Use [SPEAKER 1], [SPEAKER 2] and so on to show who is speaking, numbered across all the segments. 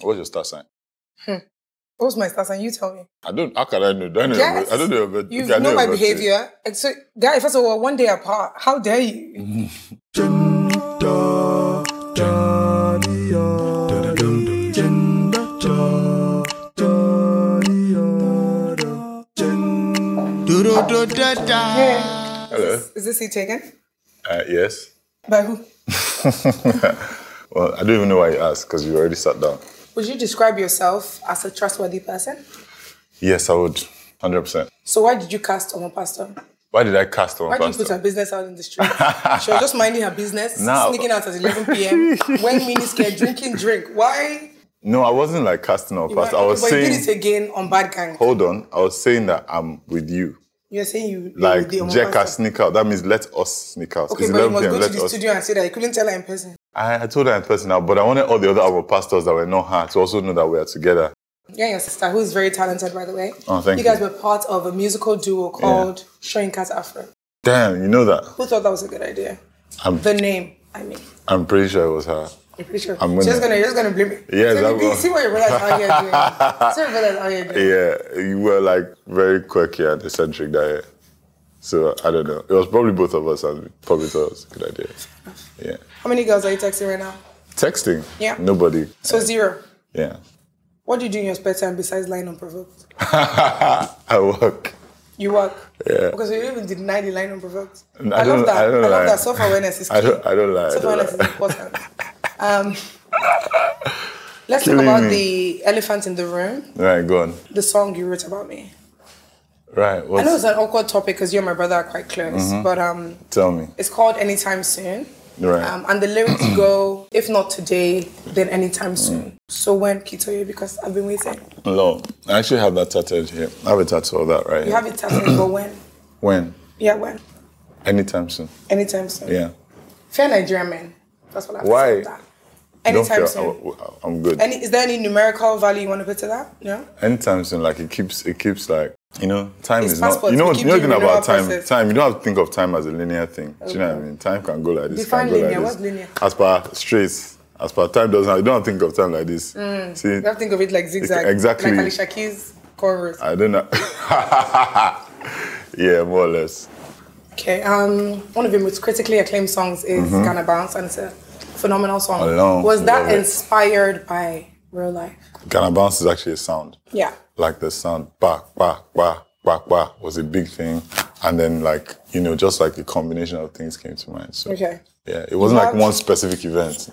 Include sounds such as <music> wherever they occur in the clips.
[SPEAKER 1] What's your star sign?
[SPEAKER 2] What's my star sign? You tell me.
[SPEAKER 1] I don't. How can I know? Do I know? your
[SPEAKER 2] Yes.
[SPEAKER 1] bir- I don't know. But
[SPEAKER 2] You know my behavior. And So, guy, first of all, we're one day apart. How dare
[SPEAKER 1] Mm-hmm.
[SPEAKER 2] you? Yeah.
[SPEAKER 1] Hello.
[SPEAKER 2] Is this it again?
[SPEAKER 1] Uh, yes.
[SPEAKER 2] By who?
[SPEAKER 1] Well, I don't even know why you asked because you already sat down.
[SPEAKER 2] Would you describe yourself as a trustworthy person?
[SPEAKER 1] Yes, I would. Hundred percent.
[SPEAKER 2] So why did you cast on a pastor?
[SPEAKER 1] Why did I cast on
[SPEAKER 2] Why did you
[SPEAKER 1] pastor?
[SPEAKER 2] put her business out in the street? she was just minding her
[SPEAKER 1] <laughs>
[SPEAKER 2] business,
[SPEAKER 1] Now-
[SPEAKER 2] sneaking out at 11
[SPEAKER 1] <laughs>
[SPEAKER 2] p.m., wearing miniskirt, drinking drink. Why?
[SPEAKER 1] no, I wasn't like casting on pastor. I was
[SPEAKER 2] but you
[SPEAKER 1] saying,
[SPEAKER 2] did it again on Bad Gang.
[SPEAKER 1] hold on. I was saying that I'm with you.
[SPEAKER 2] You're saying you
[SPEAKER 1] Like
[SPEAKER 2] you did on a
[SPEAKER 1] Jack
[SPEAKER 2] pastor.
[SPEAKER 1] sneak out. That means let us sneak out.
[SPEAKER 2] Okay,
[SPEAKER 1] It's
[SPEAKER 2] but you
[SPEAKER 1] 11
[SPEAKER 2] must
[SPEAKER 1] p.m.
[SPEAKER 2] go to
[SPEAKER 1] Let
[SPEAKER 2] the
[SPEAKER 1] us.
[SPEAKER 2] studio and say that you couldn't tell her in person.
[SPEAKER 1] I, I told her in person now, but I wanted all the other our pastors that were not her to also know that we are together.
[SPEAKER 2] Yeah, your sister, who is very talented, by the way.
[SPEAKER 1] Oh, thank
[SPEAKER 2] you guys
[SPEAKER 1] you.
[SPEAKER 2] were part of a musical duo called Showing Cat Afro.
[SPEAKER 1] Damn, you know that.
[SPEAKER 2] Who thought that was a good idea?
[SPEAKER 1] I'm,
[SPEAKER 2] The name, I mean.
[SPEAKER 1] I'm pretty sure it was her.
[SPEAKER 2] I'm pretty sure.
[SPEAKER 1] I'm
[SPEAKER 2] She's
[SPEAKER 1] gonna-
[SPEAKER 2] gonna, you're just gonna blame me.
[SPEAKER 1] Yes,
[SPEAKER 2] Tell me,
[SPEAKER 1] I'm
[SPEAKER 2] "Big,
[SPEAKER 1] gonna-
[SPEAKER 2] See what your brother's out here
[SPEAKER 1] <laughs>
[SPEAKER 2] doing. See what your brother's out here doing.
[SPEAKER 1] Yeah, you were like very quirky and eccentric that year. So I don't know. It was probably both of us, and we probably thought it was a good idea. Yeah.
[SPEAKER 2] How many girls are you texting right now?
[SPEAKER 1] Texting.
[SPEAKER 2] Yeah.
[SPEAKER 1] Nobody.
[SPEAKER 2] So zero.
[SPEAKER 1] Yeah. <laughs>
[SPEAKER 2] What do you do in your spare time besides lying unprovoked?
[SPEAKER 1] I work.
[SPEAKER 2] You work.
[SPEAKER 1] Yeah.
[SPEAKER 2] Because you even deny the lying unprovoked.
[SPEAKER 1] I
[SPEAKER 2] I, love
[SPEAKER 1] don't-
[SPEAKER 2] that.
[SPEAKER 1] I
[SPEAKER 2] I,
[SPEAKER 1] don't
[SPEAKER 2] love
[SPEAKER 1] lie.
[SPEAKER 2] that. Self awareness is key.
[SPEAKER 1] I don't. I don't lie. I
[SPEAKER 2] Self
[SPEAKER 1] don't
[SPEAKER 2] awareness is
[SPEAKER 1] lie.
[SPEAKER 2] important.
[SPEAKER 1] <laughs>
[SPEAKER 2] Um, let's talk
[SPEAKER 1] Killing
[SPEAKER 2] about
[SPEAKER 1] me.
[SPEAKER 2] the elephant in the room,
[SPEAKER 1] <laughs> Right. Go on.
[SPEAKER 2] the song you wrote about me.
[SPEAKER 1] Right.
[SPEAKER 2] I know
[SPEAKER 1] What's,
[SPEAKER 2] it's an awkward topic because you and my brother are quite close, but um,
[SPEAKER 1] tell me.
[SPEAKER 2] it's called Anytime Soon.
[SPEAKER 1] Mm-hmm. Right.
[SPEAKER 2] Um, and the lyrics go, if not today, then
[SPEAKER 1] Mm.
[SPEAKER 2] anytime soon. So when, Kitoye? Because I've been waiting.
[SPEAKER 1] Lord, I actually have that tattooed here. I have a tattoo of that right
[SPEAKER 2] You
[SPEAKER 1] here.
[SPEAKER 2] have it tattooed, but when?
[SPEAKER 1] when?
[SPEAKER 2] Yeah, when?
[SPEAKER 1] Anytime soon.
[SPEAKER 2] Anytime soon.
[SPEAKER 1] Yeah.
[SPEAKER 2] Fair Nigerian men. That's what I have
[SPEAKER 1] Why?
[SPEAKER 2] to say about that. Anytime soon.
[SPEAKER 1] I, I- Oh, I'm good.
[SPEAKER 2] Any, is there any numerical value you want to put to that? No?
[SPEAKER 1] Anytime soon, like it keeps, it keeps like you know, time
[SPEAKER 2] It's
[SPEAKER 1] is not.
[SPEAKER 2] passports,
[SPEAKER 1] You know,
[SPEAKER 2] we
[SPEAKER 1] what- you
[SPEAKER 2] keep
[SPEAKER 1] know the
[SPEAKER 2] doing
[SPEAKER 1] thing about
[SPEAKER 2] renewal
[SPEAKER 1] time.
[SPEAKER 2] process.
[SPEAKER 1] Time. You don't have to think of time as a linear thing. Do you know what I mean? Time can go like this.
[SPEAKER 2] Define
[SPEAKER 1] can go
[SPEAKER 2] linear.
[SPEAKER 1] Like
[SPEAKER 2] What's
[SPEAKER 1] this.
[SPEAKER 2] linear?
[SPEAKER 1] As per straight. As per time doesn't. You don't think of time like this. See,
[SPEAKER 2] You have to think of it like zigzag.
[SPEAKER 1] exactly.
[SPEAKER 2] Like Alicia Keys chorus.
[SPEAKER 1] I don't know. <laughs> yeah, more or less.
[SPEAKER 2] Okay, um, one of your most critically acclaimed songs is Ghana Bounce, and it's a phenomenal song.
[SPEAKER 1] Alone,
[SPEAKER 2] Was
[SPEAKER 1] Mm-hmm. love
[SPEAKER 2] that
[SPEAKER 1] it.
[SPEAKER 2] inspired by real life?
[SPEAKER 1] Ghana bounce is actually a sound.
[SPEAKER 2] Yeah.
[SPEAKER 1] like the sound bah bah bah bah bah was a big thing and then like you know just like a combination of things came to mind so
[SPEAKER 2] Okay.
[SPEAKER 1] yeah it wasn't like
[SPEAKER 2] But-
[SPEAKER 1] one specific event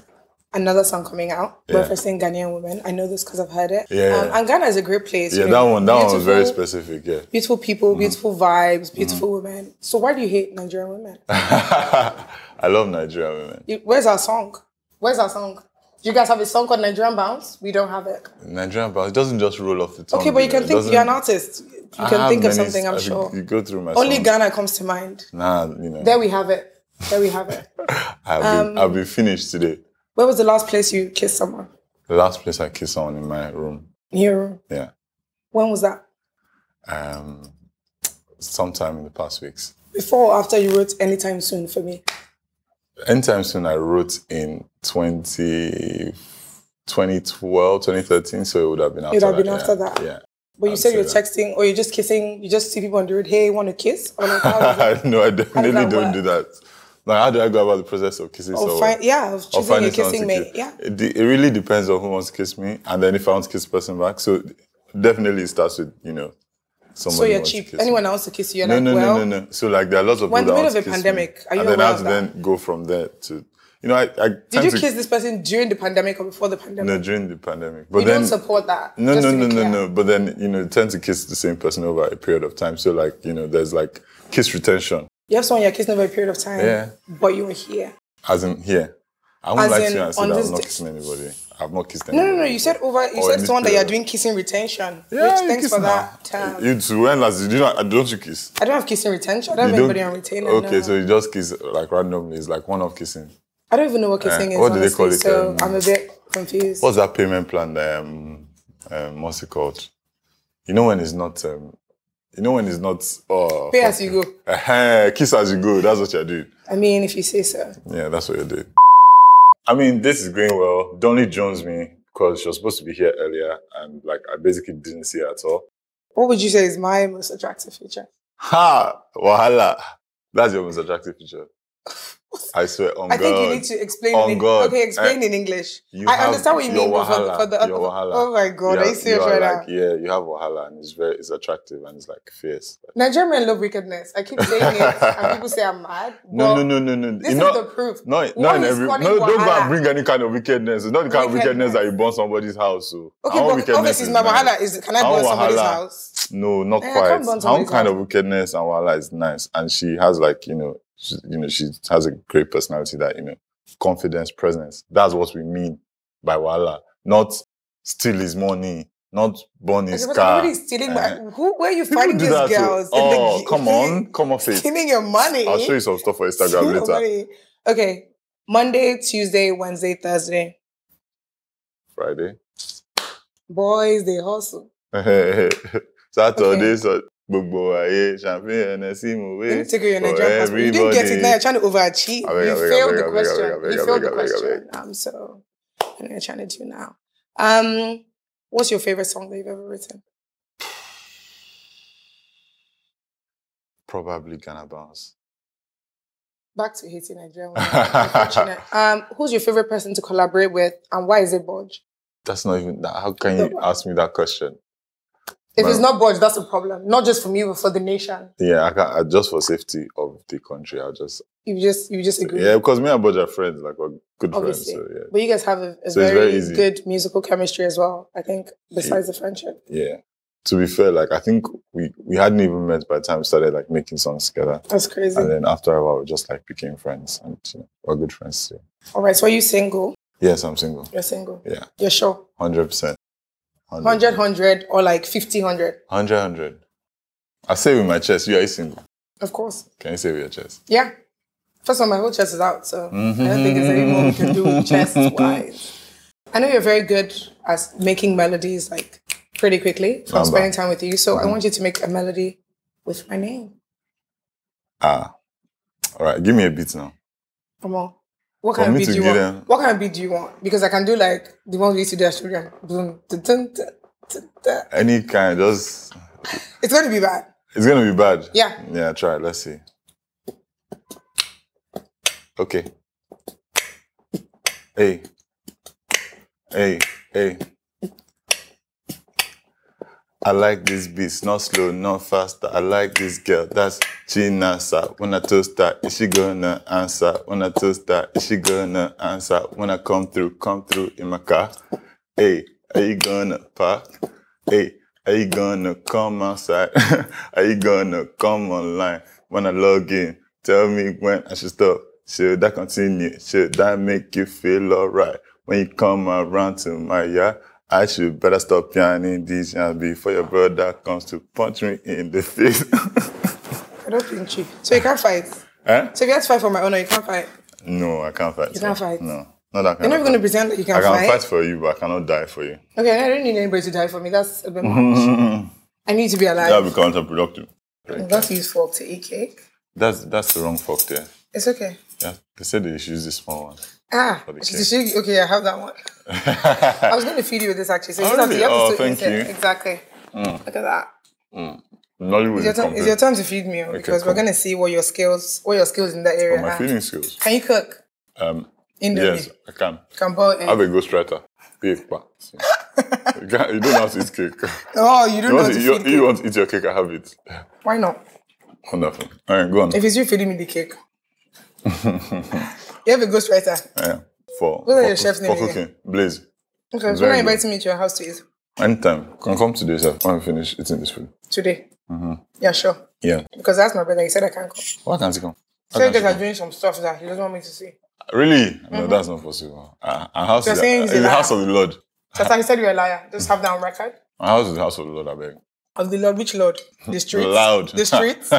[SPEAKER 2] another song coming out
[SPEAKER 1] Yeah.
[SPEAKER 2] referencing Ghanaian women. I know this because I've heard it.
[SPEAKER 1] Yeah.
[SPEAKER 2] Um, and Ghana is a great place.
[SPEAKER 1] yeah
[SPEAKER 2] you
[SPEAKER 1] that
[SPEAKER 2] know,
[SPEAKER 1] one that one was very
[SPEAKER 2] beautiful-
[SPEAKER 1] specific Mm-hmm. yeah <laughs>
[SPEAKER 2] Beautiful people, beautiful vibes, beautiful women. So why do you hate Nigerian women?
[SPEAKER 1] i love nigeria women
[SPEAKER 2] You- Where's our song? Where's our song? Do you guys have a song called Nigerian Bounce? We don't have it.
[SPEAKER 1] nigerian but it doesn't just roll off the tongue
[SPEAKER 2] Okay, but you can
[SPEAKER 1] Mm, It
[SPEAKER 2] think
[SPEAKER 1] doesn't-
[SPEAKER 2] you're an artist. You
[SPEAKER 1] I
[SPEAKER 2] can
[SPEAKER 1] have
[SPEAKER 2] think of
[SPEAKER 1] many-
[SPEAKER 2] something, I'm
[SPEAKER 1] I think
[SPEAKER 2] sure.
[SPEAKER 1] you go through my
[SPEAKER 2] Only
[SPEAKER 1] songs.
[SPEAKER 2] Ghana comes to mind.
[SPEAKER 1] nah you know
[SPEAKER 2] There um, we have it. There we have it.
[SPEAKER 1] I'll, be, I'll be finished today
[SPEAKER 2] Where was the last place you kissed someone?
[SPEAKER 1] the last place i kissed someone in my room
[SPEAKER 2] In your room.
[SPEAKER 1] yeah
[SPEAKER 2] When was that?
[SPEAKER 1] um sometime in the past weeks
[SPEAKER 2] Before or after you wrote Anytime Soon for me?
[SPEAKER 1] Anytime Soon I wrote in 20, 2012, 2013, so it would have been after
[SPEAKER 2] It would have
[SPEAKER 1] that.
[SPEAKER 2] been
[SPEAKER 1] yeah.
[SPEAKER 2] after that.
[SPEAKER 1] Yeah.
[SPEAKER 2] But you said
[SPEAKER 1] say
[SPEAKER 2] you're
[SPEAKER 1] that.
[SPEAKER 2] texting or you're just kissing, you just see people on the road, hey, want to kiss? Or
[SPEAKER 1] <laughs>
[SPEAKER 2] like, how does that-
[SPEAKER 1] no, I definitely
[SPEAKER 2] that
[SPEAKER 1] don't do that. Like, how do I go about the process of kissing
[SPEAKER 2] or
[SPEAKER 1] someone?
[SPEAKER 2] find, yeah, of
[SPEAKER 1] Or
[SPEAKER 2] choosing your
[SPEAKER 1] finding someone to
[SPEAKER 2] kissing mate.
[SPEAKER 1] kiss?
[SPEAKER 2] Yeah.
[SPEAKER 1] It, de- it really depends on who wants to kiss me, and then if I want to kiss the person back. So definitely it starts with, you know, somebody
[SPEAKER 2] So you're
[SPEAKER 1] wants To
[SPEAKER 2] cheap.
[SPEAKER 1] kiss me.
[SPEAKER 2] Anyone else to kiss you, you're
[SPEAKER 1] No,
[SPEAKER 2] like,
[SPEAKER 1] no,
[SPEAKER 2] well,
[SPEAKER 1] no, no, no. So like there are lots of
[SPEAKER 2] We're in
[SPEAKER 1] people
[SPEAKER 2] the
[SPEAKER 1] that want
[SPEAKER 2] middle
[SPEAKER 1] to kiss
[SPEAKER 2] of a
[SPEAKER 1] me.
[SPEAKER 2] pandemic. Are you
[SPEAKER 1] and then
[SPEAKER 2] aware
[SPEAKER 1] I have
[SPEAKER 2] of
[SPEAKER 1] to
[SPEAKER 2] that?
[SPEAKER 1] then go from there to, you know, I, I
[SPEAKER 2] did
[SPEAKER 1] tend
[SPEAKER 2] you
[SPEAKER 1] to-
[SPEAKER 2] kiss this person during the pandemic or before the pandemic?
[SPEAKER 1] No, during the pandemic. But
[SPEAKER 2] you
[SPEAKER 1] then
[SPEAKER 2] don't support that.
[SPEAKER 1] no,
[SPEAKER 2] just
[SPEAKER 1] no,
[SPEAKER 2] to be
[SPEAKER 1] no, no,
[SPEAKER 2] clear.
[SPEAKER 1] no. But then you know, you tend to kiss the same person over a period of time. So like you know, there's like kiss retention,
[SPEAKER 2] You have someone you're kissing over a period of time,
[SPEAKER 1] Yeah.
[SPEAKER 2] but you were here.
[SPEAKER 1] as in here. I won't
[SPEAKER 2] As
[SPEAKER 1] lie to
[SPEAKER 2] in,
[SPEAKER 1] you and say
[SPEAKER 2] on
[SPEAKER 1] that
[SPEAKER 2] this
[SPEAKER 1] I'm not
[SPEAKER 2] day-
[SPEAKER 1] kissing anybody. I've not kissed
[SPEAKER 2] No,
[SPEAKER 1] anybody.
[SPEAKER 2] no, no. You said over, you
[SPEAKER 1] Or in
[SPEAKER 2] said
[SPEAKER 1] this
[SPEAKER 2] someone that you're
[SPEAKER 1] Oh, period.
[SPEAKER 2] doing kissing retention.
[SPEAKER 1] Yeah,
[SPEAKER 2] which
[SPEAKER 1] you
[SPEAKER 2] thanks
[SPEAKER 1] kiss
[SPEAKER 2] for
[SPEAKER 1] now.
[SPEAKER 2] that term.
[SPEAKER 1] You too. When last you don't don't you kiss?
[SPEAKER 2] I don't have kissing retention. I don't
[SPEAKER 1] You
[SPEAKER 2] have
[SPEAKER 1] don't-
[SPEAKER 2] anybody on retainer.
[SPEAKER 1] Okay,
[SPEAKER 2] no.
[SPEAKER 1] so you just kiss like randomly. It's like one off kissing.
[SPEAKER 2] I don't even know what kissing is.
[SPEAKER 1] Eh, what do they
[SPEAKER 2] honestly,
[SPEAKER 1] call it,
[SPEAKER 2] So
[SPEAKER 1] um,
[SPEAKER 2] I'm a bit confused.
[SPEAKER 1] What's that payment plan? That, um, um, what's it called? You know when it's not. Um, you know when it's not. Oh, <laughs>
[SPEAKER 2] Pay as you go.
[SPEAKER 1] uh kiss as you go. That's what you're doing.
[SPEAKER 2] I mean, if you say so.
[SPEAKER 1] Yeah, that's what you did. I mean, this is going well. Donley Jones me. because she was supposed to be here earlier and like I basically didn't see her at all.
[SPEAKER 2] What would you say is my most attractive feature?
[SPEAKER 1] Ha! Wahala! That's your most attractive
[SPEAKER 2] <laughs>
[SPEAKER 1] feature. I swear, on
[SPEAKER 2] I
[SPEAKER 1] God.
[SPEAKER 2] think you need to explain.
[SPEAKER 1] On
[SPEAKER 2] it in,
[SPEAKER 1] God. Eh,
[SPEAKER 2] Okay, explain in English.
[SPEAKER 1] you
[SPEAKER 2] I
[SPEAKER 1] have
[SPEAKER 2] understand what you
[SPEAKER 1] your
[SPEAKER 2] mean but for,
[SPEAKER 1] wahala,
[SPEAKER 2] for the
[SPEAKER 1] your wahala.
[SPEAKER 2] Oh my
[SPEAKER 1] You
[SPEAKER 2] God,
[SPEAKER 1] have-
[SPEAKER 2] are you serious
[SPEAKER 1] you
[SPEAKER 2] right
[SPEAKER 1] are
[SPEAKER 2] now?
[SPEAKER 1] like, Yeah, you have Wahala and it's very, it's attractive and it's like fierce. Like,
[SPEAKER 2] Nigerian men love wickedness. I keep saying it, and people say I'm mad.
[SPEAKER 1] no,
[SPEAKER 2] but
[SPEAKER 1] no, no, no, no.
[SPEAKER 2] This
[SPEAKER 1] You
[SPEAKER 2] is
[SPEAKER 1] know-
[SPEAKER 2] the proof.
[SPEAKER 1] No, not
[SPEAKER 2] One
[SPEAKER 1] in
[SPEAKER 2] is
[SPEAKER 1] every. No,
[SPEAKER 2] calling
[SPEAKER 1] don't go
[SPEAKER 2] wahala.
[SPEAKER 1] and bring any kind of wickedness. It's not the kind of wickedness
[SPEAKER 2] Wickedness.
[SPEAKER 1] that you burn somebody's house. So
[SPEAKER 2] Okay,
[SPEAKER 1] Our
[SPEAKER 2] but
[SPEAKER 1] wickedness
[SPEAKER 2] obviously,
[SPEAKER 1] is
[SPEAKER 2] my
[SPEAKER 1] nice.
[SPEAKER 2] wahala is can I
[SPEAKER 1] Our
[SPEAKER 2] burn somebody's
[SPEAKER 1] wahala-
[SPEAKER 2] house?
[SPEAKER 1] No, not
[SPEAKER 2] Eh, I can't burn
[SPEAKER 1] quite. How
[SPEAKER 2] somebody's
[SPEAKER 1] kind
[SPEAKER 2] house.
[SPEAKER 1] of wickedness and Wala is nice, and she has like you know, she, you know, she has a great personality that you know, confidence, presence. That's what we mean by Wala. Not steal his money, not burn his
[SPEAKER 2] Okay, but
[SPEAKER 1] car.
[SPEAKER 2] somebody is stealing.
[SPEAKER 1] Eh.
[SPEAKER 2] My, who? Where are you
[SPEAKER 1] People
[SPEAKER 2] finding
[SPEAKER 1] do
[SPEAKER 2] these
[SPEAKER 1] that too.
[SPEAKER 2] girls? in the
[SPEAKER 1] Oh,
[SPEAKER 2] gi- <laughs>
[SPEAKER 1] come on, come off it.
[SPEAKER 2] Stealing your money.
[SPEAKER 1] I'll show you some stuff for Instagram
[SPEAKER 2] Stealing your
[SPEAKER 1] later.
[SPEAKER 2] money. Okay, Monday, Tuesday, Wednesday, Thursday.
[SPEAKER 1] Friday, <laughs>
[SPEAKER 2] Boys, they hustle.
[SPEAKER 1] Saturday, so gbogbo ayé champagne, Hennessy,
[SPEAKER 2] Let
[SPEAKER 1] Moe.
[SPEAKER 2] me take you your
[SPEAKER 1] for
[SPEAKER 2] Nigerian passport. You didn't get it. Now
[SPEAKER 1] everybody.
[SPEAKER 2] you're trying to overachieve.
[SPEAKER 1] Abeg,
[SPEAKER 2] you
[SPEAKER 1] abeg,
[SPEAKER 2] failed
[SPEAKER 1] abeg,
[SPEAKER 2] the
[SPEAKER 1] abeg,
[SPEAKER 2] question.
[SPEAKER 1] abeg, abeg,
[SPEAKER 2] you failed
[SPEAKER 1] abeg,
[SPEAKER 2] the
[SPEAKER 1] abeg,
[SPEAKER 2] question. Um, so what are you trying to do now? Um, what's your favorite song that you've ever written?
[SPEAKER 1] Probably Ghana Bounce.
[SPEAKER 2] Back to hating Nigerian. women,
[SPEAKER 1] <laughs>
[SPEAKER 2] unfortunate. um, who's your favorite person to collaborate with, and why is it Bodge?
[SPEAKER 1] That's not even that. How can you ask me that question?
[SPEAKER 2] If it's
[SPEAKER 1] Well-
[SPEAKER 2] not Bodge, that's a problem. Not just for me, but for the nation.
[SPEAKER 1] Yeah, I can I, just for safety of the country. I'll just
[SPEAKER 2] You just you just agree.
[SPEAKER 1] yeah, because me and Bodge are friends, like we're good
[SPEAKER 2] Obviously.
[SPEAKER 1] friends. So
[SPEAKER 2] But you guys have a, a
[SPEAKER 1] So it's very
[SPEAKER 2] very,
[SPEAKER 1] easy.
[SPEAKER 2] good musical chemistry as well. I think besides the friendship.
[SPEAKER 1] yeah, yeah. To be fair, like I think we we hadn't even met by the time we started like making songs together,
[SPEAKER 2] That's crazy.
[SPEAKER 1] and then after a while we just like became friends, and you know, we're good friends too.
[SPEAKER 2] All right. So are you single?
[SPEAKER 1] Yes, I'm single.
[SPEAKER 2] You're single.
[SPEAKER 1] Yeah,
[SPEAKER 2] You're sure.
[SPEAKER 1] hundred percent.
[SPEAKER 2] 100, 100, or like 50, 100.
[SPEAKER 1] 100, 100. I say with my chest. You are you single?
[SPEAKER 2] Of course.
[SPEAKER 1] Can you say with your chest?
[SPEAKER 2] Yeah. First of all, my whole chest is out, so I don't think there's any more we can do
[SPEAKER 1] Mm-hmm.
[SPEAKER 2] with chest wise. I know you're very good at making melodies like pretty quickly from
[SPEAKER 1] Lamba.
[SPEAKER 2] spending time with you, so
[SPEAKER 1] Mm-hmm.
[SPEAKER 2] I want you to make a melody with my name.
[SPEAKER 1] Ah, all right. Give me a beat now.
[SPEAKER 2] Come on. What
[SPEAKER 1] For
[SPEAKER 2] kind of
[SPEAKER 1] me
[SPEAKER 2] beat
[SPEAKER 1] to
[SPEAKER 2] do you
[SPEAKER 1] give
[SPEAKER 2] want?
[SPEAKER 1] them-
[SPEAKER 2] What kind of beat do you want? Because I can do like the one we used to do at Studio. Boom, dun, dun, dun, dun, dun.
[SPEAKER 1] Any kind, just
[SPEAKER 2] It's going to be bad.
[SPEAKER 1] It's gonna be bad.
[SPEAKER 2] Yeah.
[SPEAKER 1] Yeah, try it. Let's see. Okay. Hey. Hey. Hey. I like this beat, not slow, not faster. I like this girl, that's Chinasa. When I toast her, is she gonna answer? When I toast her, is she gonna answer? When I come through, come through in my car. Hey, are you gonna park? Hey, are you gonna come outside? <laughs> are you gonna come online? When I log in, tell me when I should stop. Should I continue? Should that make you feel alright? When you come around to my yard, I should better stop yawning these yarns before your brother comes to punch me in the <laughs> face.
[SPEAKER 2] I don't think you. So you can't fight.
[SPEAKER 1] Eh?
[SPEAKER 2] So if you have to fight for my honor, you can't fight.
[SPEAKER 1] No, I can't fight. You
[SPEAKER 2] can't fight.
[SPEAKER 1] No, not that kind
[SPEAKER 2] You're not
[SPEAKER 1] of
[SPEAKER 2] going to
[SPEAKER 1] fight.
[SPEAKER 2] pretend that you
[SPEAKER 1] I
[SPEAKER 2] can
[SPEAKER 1] can
[SPEAKER 2] fight.
[SPEAKER 1] fight. for you, but I cannot die for you.
[SPEAKER 2] Okay, I don't need anybody to die for me. That's a bit much.
[SPEAKER 1] <laughs>
[SPEAKER 2] I need to be
[SPEAKER 1] That
[SPEAKER 2] alive.
[SPEAKER 1] would be counterproductive.
[SPEAKER 2] That's useful to eat cake.
[SPEAKER 1] That's that's the wrong fuck there.
[SPEAKER 2] It's okay.
[SPEAKER 1] Yeah, they said they should use this small one.
[SPEAKER 2] Ah,
[SPEAKER 1] the
[SPEAKER 2] she- she- okay, I have that
[SPEAKER 1] <laughs>
[SPEAKER 2] one. I was going to feed you with this actually. So you
[SPEAKER 1] Oh,
[SPEAKER 2] just have to, you have
[SPEAKER 1] really?
[SPEAKER 2] to
[SPEAKER 1] Oh,
[SPEAKER 2] still eat
[SPEAKER 1] thank
[SPEAKER 2] it.
[SPEAKER 1] you. Mm.
[SPEAKER 2] Exactly. Look at that.
[SPEAKER 1] Nollywood is
[SPEAKER 2] It's your, time, it's your
[SPEAKER 1] complete.
[SPEAKER 2] time to feed me oh, because we're
[SPEAKER 1] cool.
[SPEAKER 2] going to see what your skills, what your skills in that area
[SPEAKER 1] My
[SPEAKER 2] are.
[SPEAKER 1] feeding skills.
[SPEAKER 2] Can you cook?
[SPEAKER 1] Um,
[SPEAKER 2] Indomie. eh.
[SPEAKER 1] yes, I can.
[SPEAKER 2] Can boil egg.
[SPEAKER 1] I'm a ghostwriter. Cake, pa.
[SPEAKER 2] <laughs>
[SPEAKER 1] See. you, can't- you don't have to eat cake.
[SPEAKER 2] Oh,
[SPEAKER 1] <laughs> You
[SPEAKER 2] you don't know how
[SPEAKER 1] want
[SPEAKER 2] to
[SPEAKER 1] to,
[SPEAKER 2] feed
[SPEAKER 1] you,
[SPEAKER 2] cake.
[SPEAKER 1] you want to eat your cake, I have it.
[SPEAKER 2] Why not?
[SPEAKER 1] Wonderful. All right, go on.
[SPEAKER 2] If it's you feeding me
[SPEAKER 1] <laughs>
[SPEAKER 2] the cake. you have a ghostwriter.
[SPEAKER 1] Yeah. For,
[SPEAKER 2] are
[SPEAKER 1] for,
[SPEAKER 2] your chef's
[SPEAKER 1] for
[SPEAKER 2] name again?
[SPEAKER 1] cooking, Blaze.
[SPEAKER 2] Okay, so
[SPEAKER 1] Very
[SPEAKER 2] you're
[SPEAKER 1] good.
[SPEAKER 2] inviting me to your house to eat
[SPEAKER 1] Anytime. Can come to this when I finish eating this food.
[SPEAKER 2] today.
[SPEAKER 1] Mm-hmm.
[SPEAKER 2] Yeah, sure.
[SPEAKER 1] Yeah.
[SPEAKER 2] Because that's my brother. He said I can't come.
[SPEAKER 1] Why can't you come? Why
[SPEAKER 2] So you
[SPEAKER 1] can't
[SPEAKER 2] guys
[SPEAKER 1] you
[SPEAKER 2] are doing some stuff that he doesn't want me to see.
[SPEAKER 1] come? Really? No, that's not possible. Uh, our house
[SPEAKER 2] Mm-hmm. You're
[SPEAKER 1] is,
[SPEAKER 2] saying he's
[SPEAKER 1] is
[SPEAKER 2] a
[SPEAKER 1] the
[SPEAKER 2] liar.
[SPEAKER 1] house of the Lord.
[SPEAKER 2] So I said you're a liar. Just have that on record.
[SPEAKER 1] Our house is the house of the Lord, I beg.
[SPEAKER 2] Of the Lord, which Lord?
[SPEAKER 1] <laughs>
[SPEAKER 2] The streets.
[SPEAKER 1] Loud. <laughs>
[SPEAKER 2] The streets.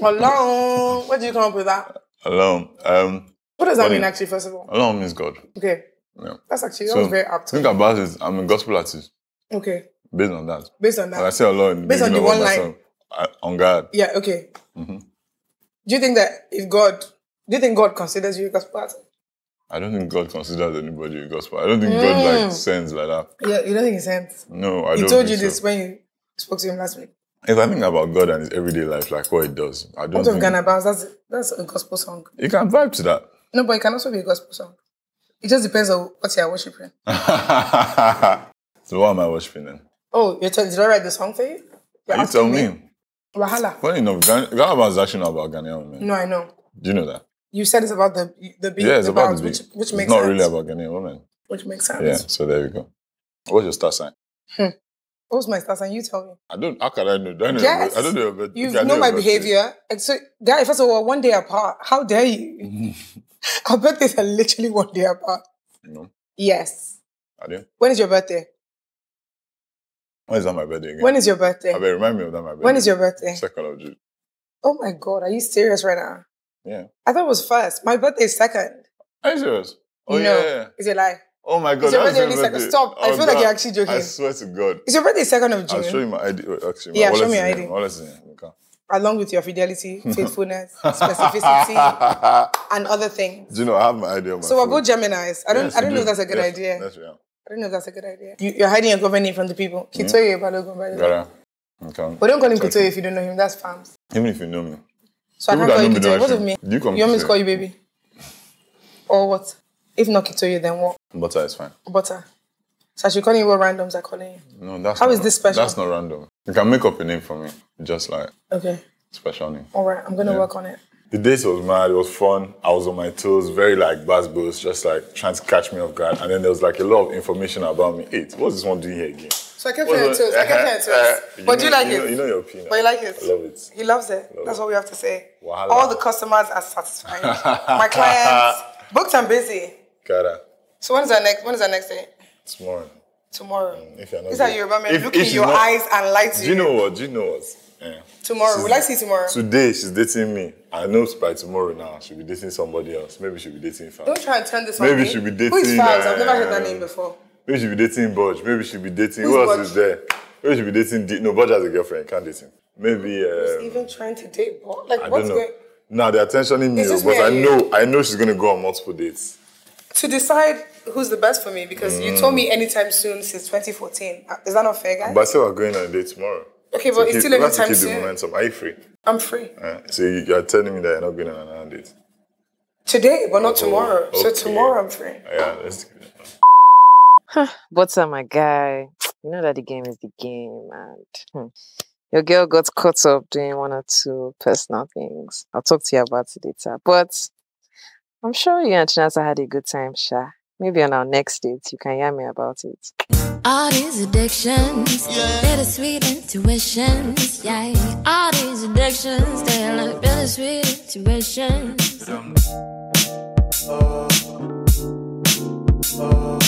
[SPEAKER 2] Alone. Where do you come up with that?
[SPEAKER 1] Alone. Um,
[SPEAKER 2] What does that
[SPEAKER 1] What do
[SPEAKER 2] mean,
[SPEAKER 1] you-
[SPEAKER 2] actually, first of all?
[SPEAKER 1] alone means God.
[SPEAKER 2] Okay.
[SPEAKER 1] Yeah.
[SPEAKER 2] That's actually, that
[SPEAKER 1] So,
[SPEAKER 2] was very apt.
[SPEAKER 1] Think about it. I'm a gospel artist
[SPEAKER 2] Okay.
[SPEAKER 1] based on that.
[SPEAKER 2] Based on that.
[SPEAKER 1] When I say alone,
[SPEAKER 2] Based on the one line.
[SPEAKER 1] on God.
[SPEAKER 2] yeah, okay.
[SPEAKER 1] Mm-hmm.
[SPEAKER 2] Do you think that if God, do you think God considers you a gospel artist?
[SPEAKER 1] I don't think God considers anybody a gospel. I don't think God like sends like that.
[SPEAKER 2] Yeah, you don't think it sense.
[SPEAKER 1] No, I
[SPEAKER 2] Mm. He
[SPEAKER 1] don't.
[SPEAKER 2] told you
[SPEAKER 1] think
[SPEAKER 2] this
[SPEAKER 1] so.
[SPEAKER 2] when you spoke to him last week.
[SPEAKER 1] If I think about God and His everyday life, like what it does, I don't.
[SPEAKER 2] Out of
[SPEAKER 1] Think,
[SPEAKER 2] Ghana Bounce, that's that's a gospel song.
[SPEAKER 1] you can vibe to that. <laughs>
[SPEAKER 2] No, but it can also be a gospel song. It just depends on what you are worshiping.
[SPEAKER 1] so what am I worshiping then?
[SPEAKER 2] Oh, you're telling did I write the song for you? You're
[SPEAKER 1] You
[SPEAKER 2] asking
[SPEAKER 1] tell me.
[SPEAKER 2] Wahala.
[SPEAKER 1] Funny enough, Ghana Ghana Bounce is actually not about Ghanaian women.
[SPEAKER 2] No, I know.
[SPEAKER 1] Do you know that?
[SPEAKER 2] You said it's about the the beat,
[SPEAKER 1] yeah, it's
[SPEAKER 2] the
[SPEAKER 1] about
[SPEAKER 2] bounce,
[SPEAKER 1] the beat.
[SPEAKER 2] which which
[SPEAKER 1] it's
[SPEAKER 2] makes
[SPEAKER 1] not
[SPEAKER 2] sense.
[SPEAKER 1] really about Ghanaian women.
[SPEAKER 2] which makes sense.
[SPEAKER 1] Yeah, so there we go. What's your star sign?
[SPEAKER 2] What was my stance? And you tell me.
[SPEAKER 1] I don't. How can I know? Do I know? your
[SPEAKER 2] Yes.
[SPEAKER 1] birth- I don't know. your birth-
[SPEAKER 2] You
[SPEAKER 1] I
[SPEAKER 2] know
[SPEAKER 1] your
[SPEAKER 2] my
[SPEAKER 1] birthday? <laughs>
[SPEAKER 2] behavior. Like, So, guy, first of all, one day apart. How dare you? <laughs> Our birthdays are literally one day apart.
[SPEAKER 1] You know,
[SPEAKER 2] Yes.
[SPEAKER 1] I do.
[SPEAKER 2] When is your birthday?
[SPEAKER 1] When is that my birthday again?
[SPEAKER 2] When is your birthday?
[SPEAKER 1] I better remind me of that. My birthday.
[SPEAKER 2] When is your birthday?
[SPEAKER 1] second of June?
[SPEAKER 2] Oh my god, are you serious right now?
[SPEAKER 1] Yeah.
[SPEAKER 2] I thought it was first. My birthday is second.
[SPEAKER 1] Are you serious? Oh
[SPEAKER 2] no,
[SPEAKER 1] yeah, yeah.
[SPEAKER 2] Is it lie?
[SPEAKER 1] Oh my god.
[SPEAKER 2] Is your
[SPEAKER 1] that's
[SPEAKER 2] birthday only second? Stop. I
[SPEAKER 1] Oh,
[SPEAKER 2] feel like
[SPEAKER 1] God.
[SPEAKER 2] you're actually joking.
[SPEAKER 1] I swear to God.
[SPEAKER 2] Is your birthday second of
[SPEAKER 1] I'll show
[SPEAKER 2] June?
[SPEAKER 1] you my ID. Wait, actually,
[SPEAKER 2] Yeah,
[SPEAKER 1] my
[SPEAKER 2] show
[SPEAKER 1] wallet's
[SPEAKER 2] me
[SPEAKER 1] in
[SPEAKER 2] your
[SPEAKER 1] here.
[SPEAKER 2] ID.
[SPEAKER 1] My wallet's in here. Okay.
[SPEAKER 2] Along with your
[SPEAKER 1] <laughs>
[SPEAKER 2] fidelity, faithfulness, specificity, and other things.
[SPEAKER 1] Do you know I have my ID on my
[SPEAKER 2] So
[SPEAKER 1] phone?
[SPEAKER 2] we'll go Gemini's. I don't
[SPEAKER 1] Yes,
[SPEAKER 2] I don't
[SPEAKER 1] you
[SPEAKER 2] know
[SPEAKER 1] do.
[SPEAKER 2] if that's a good
[SPEAKER 1] Yes,
[SPEAKER 2] idea.
[SPEAKER 1] That's real.
[SPEAKER 2] I don't know if that's a good idea. You, you're hiding your government name from the people.
[SPEAKER 1] Mm-hmm.
[SPEAKER 2] Kitoye Balogun, by the way.
[SPEAKER 1] Gara. Okay.
[SPEAKER 2] But don't call him Kitoye if you don't know him. That's fams.
[SPEAKER 1] Even if you know me.
[SPEAKER 2] So I
[SPEAKER 1] People
[SPEAKER 2] can't
[SPEAKER 1] that
[SPEAKER 2] call
[SPEAKER 1] know
[SPEAKER 2] you
[SPEAKER 1] me
[SPEAKER 2] Kitoye.
[SPEAKER 1] don't
[SPEAKER 2] What of
[SPEAKER 1] actually-
[SPEAKER 2] me?
[SPEAKER 1] Do you call me
[SPEAKER 2] want me to
[SPEAKER 1] Kitoye?
[SPEAKER 2] call you baby? Or what? If not Kitoye, then what?
[SPEAKER 1] Butter is fine.
[SPEAKER 2] Butter. So I should call you what randoms are calling you.
[SPEAKER 1] No, that's
[SPEAKER 2] How
[SPEAKER 1] not,
[SPEAKER 2] is this special?
[SPEAKER 1] That's not random. You can make up a name for me. Just like
[SPEAKER 2] Okay.
[SPEAKER 1] special name.
[SPEAKER 2] All right. I'm going to work on it.
[SPEAKER 1] The date was mad. It was fun. I was on my toes, very like bass bros, just like trying to catch me off guard. And then there was like a lot of information about me. Eight. What's this one doing here again?
[SPEAKER 2] So I kept hearing toes. I kept hearing toes.
[SPEAKER 1] Uh-huh.
[SPEAKER 2] But do you
[SPEAKER 1] know-
[SPEAKER 2] like
[SPEAKER 1] know- <laughs>
[SPEAKER 2] it?
[SPEAKER 1] You know your opinion.
[SPEAKER 2] But you like it?
[SPEAKER 1] I love it.
[SPEAKER 2] He loves it. That's
[SPEAKER 1] it.
[SPEAKER 2] what we have to say.
[SPEAKER 1] Wahala.
[SPEAKER 2] All the customers
[SPEAKER 1] <laughs>
[SPEAKER 2] are satisfied. My clients booked and busy.
[SPEAKER 1] Cara,
[SPEAKER 2] So when is our next? When is our next day?
[SPEAKER 1] tomorrow.
[SPEAKER 2] Tomorrow.
[SPEAKER 1] Mm, If you're not
[SPEAKER 2] These are
[SPEAKER 1] good.
[SPEAKER 2] Yoruba men.
[SPEAKER 1] If-
[SPEAKER 2] Look
[SPEAKER 1] if
[SPEAKER 2] in
[SPEAKER 1] she's
[SPEAKER 2] your
[SPEAKER 1] not-
[SPEAKER 2] eyes and lie to
[SPEAKER 1] Do
[SPEAKER 2] you.
[SPEAKER 1] you know what? Do you know what? Yeah.
[SPEAKER 2] Tomorrow.
[SPEAKER 1] She's-
[SPEAKER 2] Will I see tomorrow?
[SPEAKER 1] Today she's dating me. I know by tomorrow now she'll be dating somebody else. Maybe she'll be dating Fab.
[SPEAKER 2] Don't try and turn this on
[SPEAKER 1] Maybe
[SPEAKER 2] me.
[SPEAKER 1] she'll be
[SPEAKER 2] Who is
[SPEAKER 1] dating,
[SPEAKER 2] Files? I've never heard
[SPEAKER 1] uh,
[SPEAKER 2] that name before.
[SPEAKER 1] Maybe she'll be dating Budge. Maybe she'll be dating. Who
[SPEAKER 2] Who's
[SPEAKER 1] else
[SPEAKER 2] Budge?
[SPEAKER 1] is there? Maybe she'll be dating. D- no, Budge has a girlfriend. Can't date him. Maybe. Um,
[SPEAKER 2] Even trying to date, but like
[SPEAKER 1] I don't
[SPEAKER 2] what's
[SPEAKER 1] know.
[SPEAKER 2] going
[SPEAKER 1] Now they're attentioning me,
[SPEAKER 2] It's just
[SPEAKER 1] but
[SPEAKER 2] me
[SPEAKER 1] I
[SPEAKER 2] and you.
[SPEAKER 1] know I know she's gonna go on multiple dates.
[SPEAKER 2] to decide who's the best for me? Because you told me anytime soon since 2014. Uh, Is that not fair, guys?
[SPEAKER 1] Mm. But I say we're going on a date tomorrow.
[SPEAKER 2] Okay, but
[SPEAKER 1] To
[SPEAKER 2] it's
[SPEAKER 1] keep-
[SPEAKER 2] still
[SPEAKER 1] we have to
[SPEAKER 2] anytime
[SPEAKER 1] keep the
[SPEAKER 2] soon.
[SPEAKER 1] momentum. Are you free?
[SPEAKER 2] I'm free
[SPEAKER 1] Uh, so you, you're telling me that you're not going on another date?
[SPEAKER 2] today, but not tomorrow. So
[SPEAKER 1] Oh, okay.
[SPEAKER 2] tomorrow I'm free.
[SPEAKER 1] Oh, Yeah, let's do that.
[SPEAKER 3] What's up, my guy? You know that the game is the game, and hmm, your girl got caught up doing one or two personal things. I'll talk to you about it later. But I'm sure you and Chinasa had a good time, Sha. Maybe on our next date, you can hear me about it.
[SPEAKER 4] All these addictions, bittersweet intuitions, yeah. All these addictions, they like bittersweet intuitions.